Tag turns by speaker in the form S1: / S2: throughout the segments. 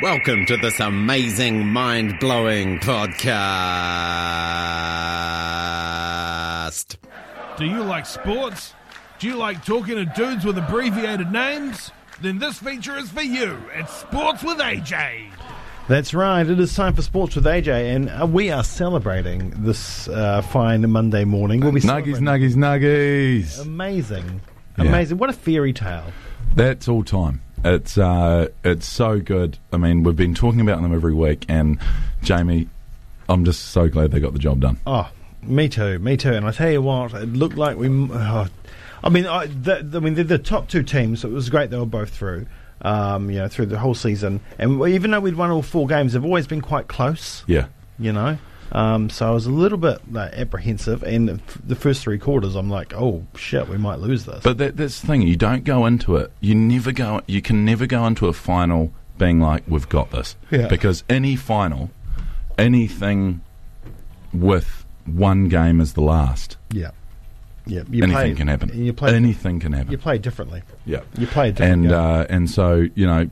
S1: Welcome to this amazing, mind blowing podcast.
S2: Do you like sports? Do you like talking to dudes with abbreviated names? Then this feature is for you. It's Sports with AJ.
S3: That's right. It is time for Sports with AJ, and uh, we are celebrating this uh, fine Monday morning. We'll be
S4: Nuggies,
S3: celebrating-
S4: nuggies, nuggies.
S3: Amazing.
S4: Yeah.
S3: Amazing. What a fairy tale.
S4: That's all time. It's uh, it's so good. I mean, we've been talking about them every week, and Jamie, I'm just so glad they got the job done.
S3: Oh, me too. Me too. And I tell you what, it looked like we. m- Oh, I mean, I, the, I mean, they're the top two teams. So it was great they were both through. Um, you know, through the whole season, and we- even though we'd won all four games, they've always been quite close.
S4: Yeah,
S3: you know. Um, so I was a little bit like, apprehensive, and the f- the first three quarters, I'm like, oh shit, we might lose this.
S4: but that, that's the thing. You don't go into it. You never go. You can never go into a final being like, "We've got this,"
S3: Yeah.
S4: because any final, anything with one game as the last,
S3: Yeah. Yeah. You
S4: anything
S3: play-
S4: can happen.
S3: and You play,
S4: anything can happen.
S3: you play differently.
S4: Yeah,
S3: You play a different
S4: and
S3: game.
S4: uh, and so you know,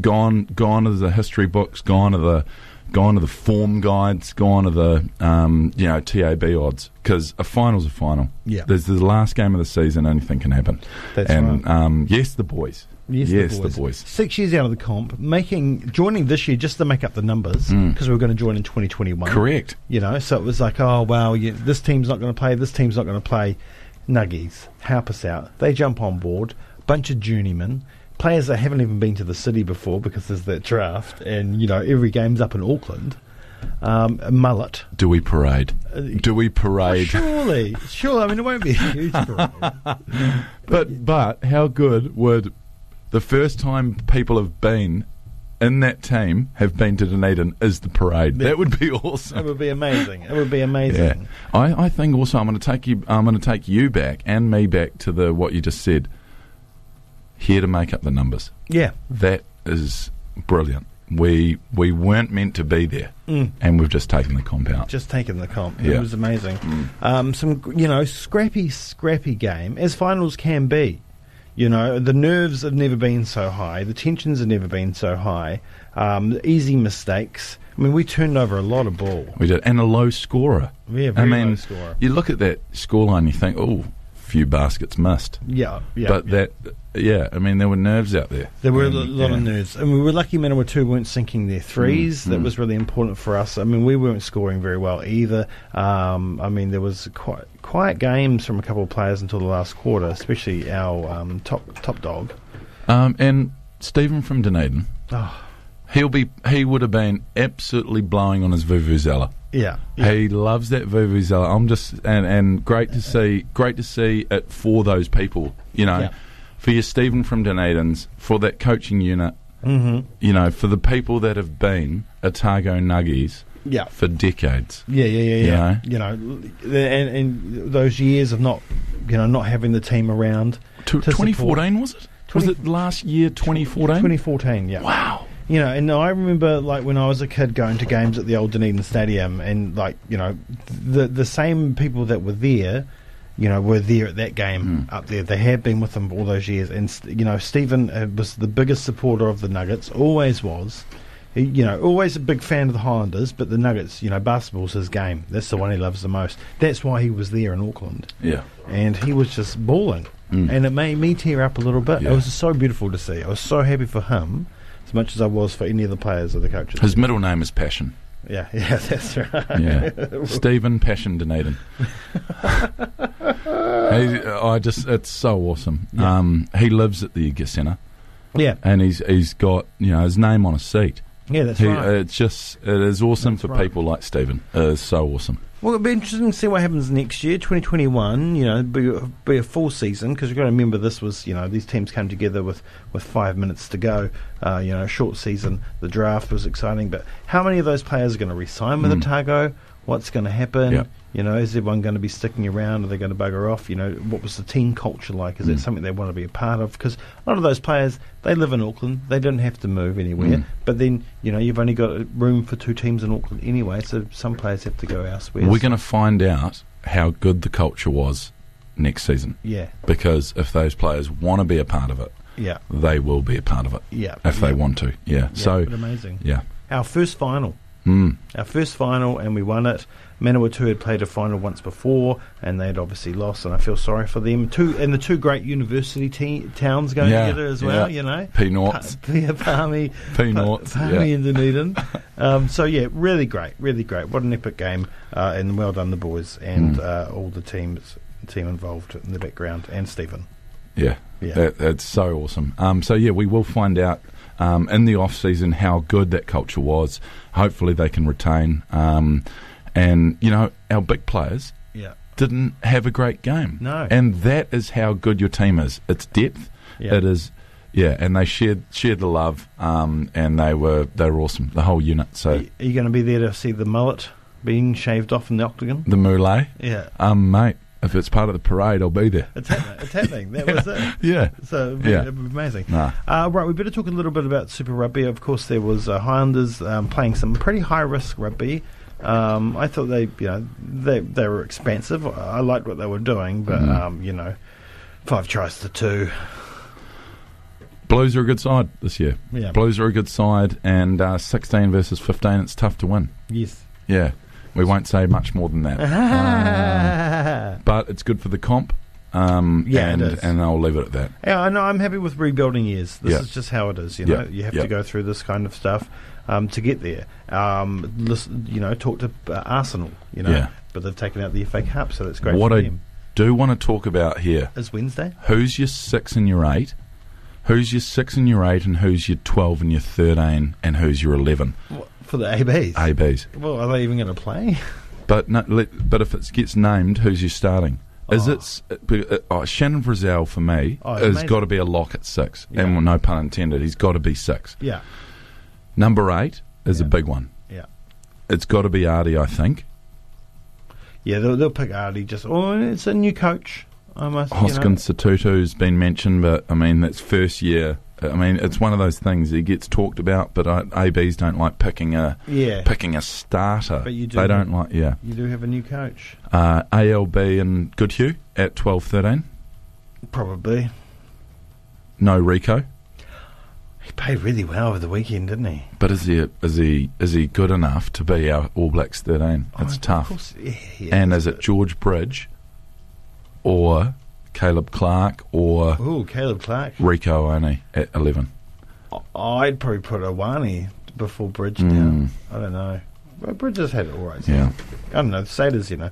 S4: gone gone are the history books, gone are the gone are the form guides, gone are the um, you know tab odds because a final's a final.
S3: Yeah.
S4: there's the last game of the season, anything can happen.
S3: That's
S4: and,
S3: right.
S4: um, yes, the boys.
S3: Yes, the, boys. Six years out of the comp, making joining this year just to make up the numbers because we were going to join in 2021.
S4: Hmm. Correct.
S3: You know, so it was like, oh well, you, this team's not going to play. This team's not going to play. Nuggies help us out. They jump on board. Bunch of journeymen, players that haven't even been to the city before because there's that draft, and you know every game's up in Auckland. Um, mullet.
S4: Do we parade?
S3: Uh,
S4: Do we parade?
S3: Surely, surely. I mean, it won't be a huge parade.
S4: But but how good would the first time people have been in that team have been to Dunedin is the parade? That would be awesome.
S3: It would be amazing. It would be amazing.
S4: Yeah, I, I think also I'm going to take you. I'm going to take you back and me back to the what you just said. Here to make up the numbers.
S3: Yeah.
S4: That is brilliant. We we weren't meant to be there,
S3: Mm.
S4: and we've just taken the compound.
S3: Just taking the comp. It
S4: Yeah. Mm.
S3: was amazing. Um, some, you know, scrappy, scrappy game, as finals can be. You know, the nerves have never been so high. The tensions have never been so high. Um, easy mistakes. I mean, we turned over a lot of ball.
S4: we did, and a low scorer.
S3: Yeah,
S4: I
S3: very
S4: mean,
S3: low scorer.
S4: you look at that scoreline, you think, oh, few baskets missed.
S3: Yeah, yeah.
S4: but
S3: yeah.
S4: that, yeah, I mean, there were nerves out there. Um,
S3: There were a
S4: And,
S3: lo- lot of
S4: yeah. Mm,
S3: nerves. And we were lucky Manawa 2 weren't sinking their threes. That was really important for us. I mean, we weren't scoring very well either. Um, I mean, there was quite quiet games from a couple of players until the last quarter, especially our um, top top dog.
S4: Um, and Stephen from Dunedin, Ah.
S3: Oh,
S4: he'll be he would have been absolutely blowing on his vuvuzela.
S3: yeah.
S4: He loves that vuvuzela. I'm just and and great to see great to see it for those people. You know,
S3: Yeah.
S4: for your Stephen from Dunedin's, for that coaching unit. Mm-hmm. You know, for the people that have been Otago Nuggies
S3: Yeah.
S4: for decades.
S3: Yeah, yeah, yeah,
S4: You
S3: yeah. You know, l- and, and those years of not, you know, not having the team around.
S4: T-
S3: to support-
S4: 2014 was it? Was it last year? 2014.
S3: 2014, yeah.
S4: Wow.
S3: You know, and I remember like when I was a kid going to games at the old Dunedin Stadium, and like you know, the the same people that were there, you know, were there at that game up there. They had been with them all those years, and s- you know, Stephen uh, was the biggest supporter of the Nuggets, always was. He, you know, always a big fan of the Highlanders, but the Nuggets, you know, basketball's his game. That's the one he loves the most. That's why he was there in Auckland,
S4: Yeah.
S3: and he was just bawling, and it made me tear up a little bit.
S4: Mm. Yeah.
S3: It was so beautiful to see. I was so happy for him. As much as I was for any of the players or the coaches.
S4: His middle name is Passion.
S3: Yeah, yeah, that's right.
S4: Yeah, Stephen Passion Dunedin. he, I just, it's so awesome. Um, he lives at the Yuga Centre,
S3: Yeah,
S4: and he's he's got you know his name on a seat.
S3: yeah, that's
S4: He, uh,
S3: right.
S4: It's just it is awesome for
S3: right.
S4: people like Stephen. Uh, It's so awesome.
S3: well, it'll be interesting to see what happens next year, 2021. You know, be, be a full season because you've got to remember this was, you know, these teams came together with, with five minutes to go. Uh, you know, short season. The draft was exciting, but how many of those players are going to resign with Otago? What's going to happen?
S4: Mm. Yeah.
S3: You know, is everyone going to be sticking around? Are they going to bugger off? You know, what was the team culture like?
S4: Hmm.
S3: Is that something they want to be a part of? Because a lot of those players, they live in Auckland. They don't have to move anywhere.
S4: Hmm.
S3: But then, you know, you've only got uh, room for two teams in Auckland anyway, so some players have to go elsewhere.
S4: We're going to find out how good the culture was next season
S3: yeah,
S4: because if those players want to be a part of it,
S3: Yeah.
S4: they will be a part of it
S3: Yeah.
S4: if they
S3: yeah,
S4: want to. Yeah.
S3: yeah,
S4: so
S3: but amazing.
S4: yeah.
S3: Our first final.
S4: Mm.
S3: Our first final, and we won it. Manawatu had played a final once before, and they'd obviously lost, and I feel sorry for them. Two and the two great university te- towns going
S4: Yeah,
S3: together as well.
S4: yeah.
S3: You know,
S4: P
S3: Pa-
S4: noughts.
S3: yeah, Palmy,
S4: P
S3: Pa-
S4: noughts.
S3: Palmy
S4: Yeah.
S3: and Dunedin. Um, so yeah, really great, really great. What an epic game, uh, and well done the boys and uh, all the teams, team involved in the background, and Stephen.
S4: Yeah.
S3: Yeah.
S4: That, that's so awesome. Um, so yeah, we will find out um, in the off season how good that culture was. Hopefully, they can retain. Um, and you know, our big players
S3: Yeah.
S4: didn't have a great game.
S3: No.
S4: and that is how good your team is. It's depth.
S3: Yeah.
S4: It is. Yeah, and they shared shared the love, um, and they were they were awesome. The whole unit. So
S3: Are you, going to be there to see the mullet being shaved off in the octagon?
S4: the Moulay,
S3: Yeah.
S4: um, mate, if it's part of the parade, I'll be there.
S3: It's happening. It's happening. That was it.
S4: Yeah.
S3: So it'd be,
S4: Yeah.
S3: it'd be amazing.
S4: Nah.
S3: Uh, right, we better talk a little bit about Super Rugby. Of course, there was uh, Highlanders um, playing some pretty high risk rugby. Um, I thought they, you know, they they were expansive. I I liked what they were doing, but
S4: Mhm.
S3: um, you know, five tries to two.
S4: Blues are a good side this year.
S3: Yeah.
S4: Blues are a good side, and uh, 16 versus 15, it's tough to win.
S3: Yes.
S4: Yeah, we won't say much more than that.
S3: Uh-huh.
S4: Uh,
S3: Ah.
S4: but it's good for the comp. Um,
S3: Yeah, it
S4: and,
S3: is.
S4: and I'll leave it at that.
S3: Yeah, I know. I'm happy with rebuilding years. This
S4: Yeah.
S3: is just how it is. You
S4: Yeah,
S3: know, you have
S4: yeah.
S3: to go through this kind of stuff um, to get there. Um, listen, you know, talk to uh, Arsenal. You know,
S4: Yeah.
S3: but they've taken out the FA Cup, so that's great.
S4: what
S3: for
S4: I
S3: them.
S4: do want to talk about here
S3: is Wednesday.
S4: who's your 6 and your 8? Who's your 6 and your 8, and who's your 12 and your 13, and who's your 11?
S3: What, for the ABs.
S4: ABs.
S3: well, are they even going to play?
S4: But no, let, but if it gets named, who's your starting? Is
S3: Oh.
S4: it s- uh, be- uh, oh, Shannon Frizzell for me?
S3: Oh, it's
S4: has
S3: amazing.
S4: got to be a lock at six,
S3: Yeah.
S4: and well, no pun intended. He's got to be six.
S3: yeah,
S4: Number eight is a
S3: Yeah.
S4: big one.
S3: yeah,
S4: It's got to be Artie, I think.
S3: yeah. They'll, they'll pick Artie. Just oh, it's a new coach. I must.
S4: Hoskins Satutu's been mentioned, but I mean that's first year. uh, I mean it's one of those things he gets talked about, but I, ABs don't like picking a
S3: You know, yeah,
S4: picking a starter.
S3: But you do-
S4: They don't like yeah.
S3: you do have a new coach.
S4: Uh, ALB and Goodhue at twelve thirteen.
S3: Probably.
S4: No Rico.
S3: He played really well over the weekend, didn't he?
S4: But is he is he is he good enough to be our All Blacks thirteen? It's
S3: Oh, Of
S4: tough.
S3: course, yeah, yeah.
S4: and is it George Bridge or Caleb Clark or
S3: Ooh, Caleb Clark.
S4: Rico only at eleven?
S3: I'd probably put Awani before Bridge
S4: Mm.
S3: down. I don't know. Well, Bridge has had it all right.
S4: Yeah.
S3: I don't know. The Satyrs, you know.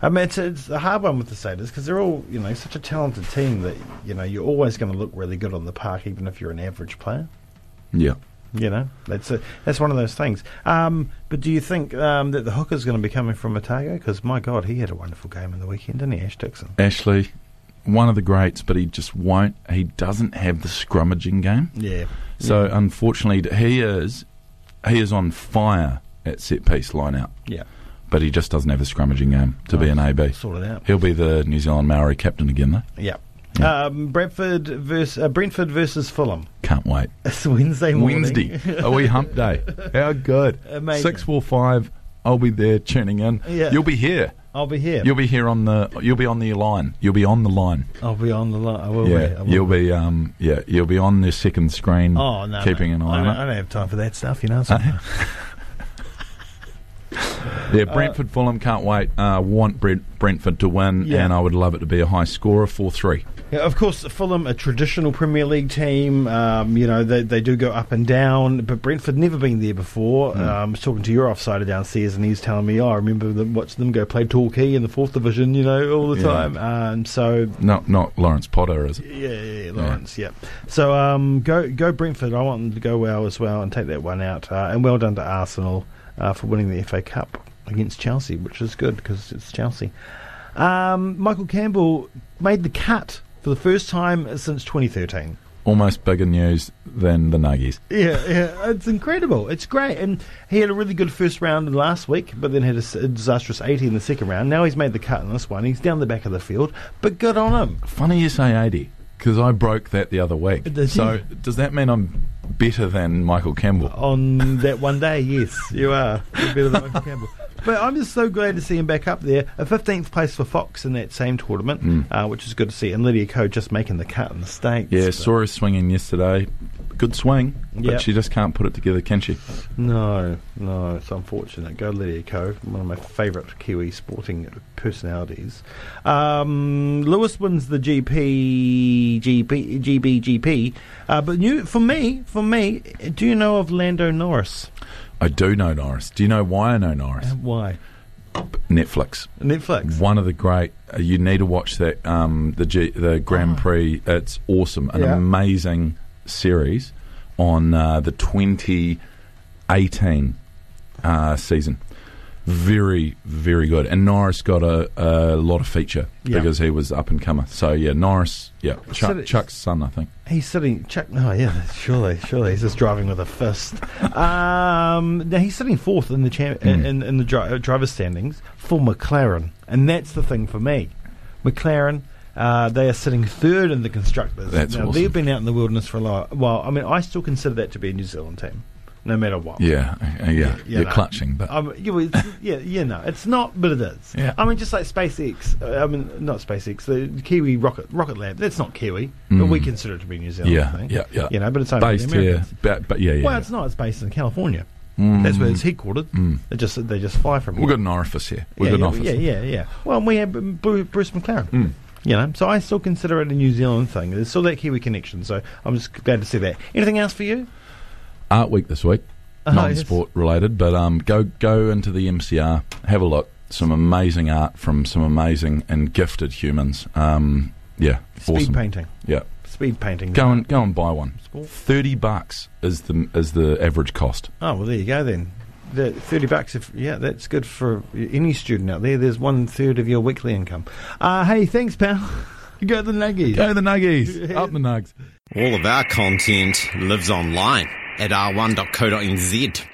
S3: I mean, it's, it's a hard one with the Satyrs because they're all, you know, such a talented team that, you know, you're always going to look really good on the park, even if you're an average player.
S4: Yeah.
S3: You know, that's a, that's one of those things. Um, but do you think um, that the hooker's going to be coming from Otago? Because, my God, he had a wonderful game in the weekend, didn't he, Ash Dixon?
S4: Ashley, one of the greats, but he just won't. He doesn't have the scrummaging game.
S3: Yeah.
S4: So unfortunately, he is he is on fire at set piece line out,
S3: Yeah.
S4: but he just doesn't have the scrummaging game to be an AB.
S3: Sort it out.
S4: He'll be the New Zealand Maori captain again though.
S3: Yeah.
S4: Yeah.
S3: Um, Bradford versus, uh, Brentford versus Fulham.
S4: Can't wait.
S3: It's Wednesday morning.
S4: Wednesday. Are we hump day? How good.
S3: Amazing.
S4: Six four five. I'll be there tuning in.
S3: Yeah.
S4: You'll be here.
S3: I'll be here.
S4: You'll be here on the. You'll be on the line. You'll be on the line.
S3: I'll be on the line. Oh, I will be. I
S4: yeah.
S3: will
S4: You'll be. Um. Yeah. You'll be on the second screen.
S3: Oh no,
S4: Keeping
S3: mate.
S4: an eye
S3: I
S4: on
S3: don't,
S4: it. Uh-huh.
S3: I don't have time for that stuff. You know. So.
S4: Yeah,
S3: Uh,
S4: Brentford Fulham can't wait. Uh, want Brent, Brentford to win,
S3: Yeah.
S4: and I would love it to be a high scorer, four three.
S3: Yeah, of course, Fulham, a traditional Premier League team, um, you know, they, they do go up and down, but Brentford never been there before.
S4: Hmm.
S3: Um, I was talking to your offsider downstairs, and he's telling me, oh, I remember them, watching them go play Torquay in the fourth division, you know, all the
S4: Yeah.
S3: time. Um, so,
S4: No, not Lawrence Potter, is it?
S3: yeah, yeah, yeah, Lawrence, yeah. So, um, go, go Brentford. I want them to go well as well and take that one out. Uh, and well done to Arsenal uh, for winning the FA Cup against Chelsea, which is good because it's Chelsea. Um, Michael Campbell made the cut for the first time since 2013.
S4: Almost bigger news than the Nuggies.
S3: Yeah, yeah, it's incredible. It's great, and he had a really good first round last week, but then had a, s- a disastrous 80 in the second round. Now he's made the cut in this one. He's down the back of the field, but good on him.
S4: Funny you say eighty, because I broke that the other week.
S3: Did
S4: so
S3: you?
S4: does that mean I'm
S3: Oh,
S4: better than Michael Campbell?
S3: On that one day, yes, you are You're better than Michael Campbell. But I'm just so glad to see him back up there. A 15th place for Fox in that same tournament, uh, which is good to see. And Lydia Ko just making the cut in the States.
S4: Yeah,
S3: But-
S4: saw her swinging yesterday. Good swing, but
S3: Yep.
S4: she just can't put it together, can she?
S3: No, no, it's unfortunate. Go Lydia Ko, one of my favourite Kiwi sporting personalities. Um, Lewis wins the GP, GB, GBGP. Uh, but new for me, for me, do you know of Lando Norris?
S4: I do know Norris. Do you know why I know Norris?
S3: And why?
S4: Netflix.
S3: Netflix.
S4: One of the great. Uh, you need to watch that. Um, the G, the Grand Prix. It's awesome. An
S3: Uh-huh. Yeah.
S4: amazing series on uh, the 2018 uh, season. Very, very good. And Norris got a, a lot of feature
S3: Yeah.
S4: because he was up and comer. So yeah, Norris. Yeah, Chuck,
S3: it's-
S4: Chuck's son, I think.
S3: He's sitting. Chuck. No, yeah, surely, surely he's just driving with a fist. Um, now he's sitting fourth in the champ,
S4: Hmm.
S3: in, in, in the dri- uh, driver's standings for McLaren, and that's the thing for me. McLaren, uh, they are sitting third in the constructors.
S4: That's
S3: now
S4: awesome.
S3: they've been out in the wilderness for a while. Well, I mean, I still consider that to be a New Zealand team, no matter what.
S4: Yeah, uh, yeah.
S3: yeah,
S4: You're
S3: no.
S4: clutching, but
S3: I mean, yeah, well, it's, yeah, yeah, no, it's not, but it is.
S4: Yeah.
S3: I mean, just like SpaceX. uh, I mean, not SpaceX. The Kiwi rocket rocket lab. That's not Kiwi, but we consider it to be New Zealand. I
S4: Mm. Yeah,
S3: think.
S4: yeah, yeah.
S3: You know, but it's owned by the
S4: based here.
S3: Americans.
S4: But, but yeah, yeah.
S3: Well,
S4: yeah. Mm.
S3: it's not. It's based in California. That's where it's headquartered. They just they just fly from.
S4: We've
S3: here.
S4: got an orifice here. We've
S3: yeah,
S4: got an
S3: yeah,
S4: office. Mm.
S3: Yeah, yeah, yeah. Well, and we have um, Bru- Bruce McLaren. You know, so I still consider it a New Zealand thing. There's still that Kiwi connection. So I'm just glad to see that. Anything else for you?
S4: Art week this week,
S3: Oh,
S4: not
S3: yes.
S4: sport related, but um, go go into the MCR, have a look. Some amazing art from some amazing and gifted humans. Um, yeah,
S3: Speed
S4: awesome.
S3: painting.
S4: Yeah,
S3: Speed painting.
S4: go and go and buy one.
S3: Sport.
S4: Thirty bucks is the is the average cost.
S3: Oh well, there you go then. The thirty bucks, if yeah, that's good for any student out there. There's one third of your weekly income. Uh, hey, thanks, pal. go the nuggies.
S4: Go the nuggies, up the nugs.
S1: All of our content lives online at r1.co.nz.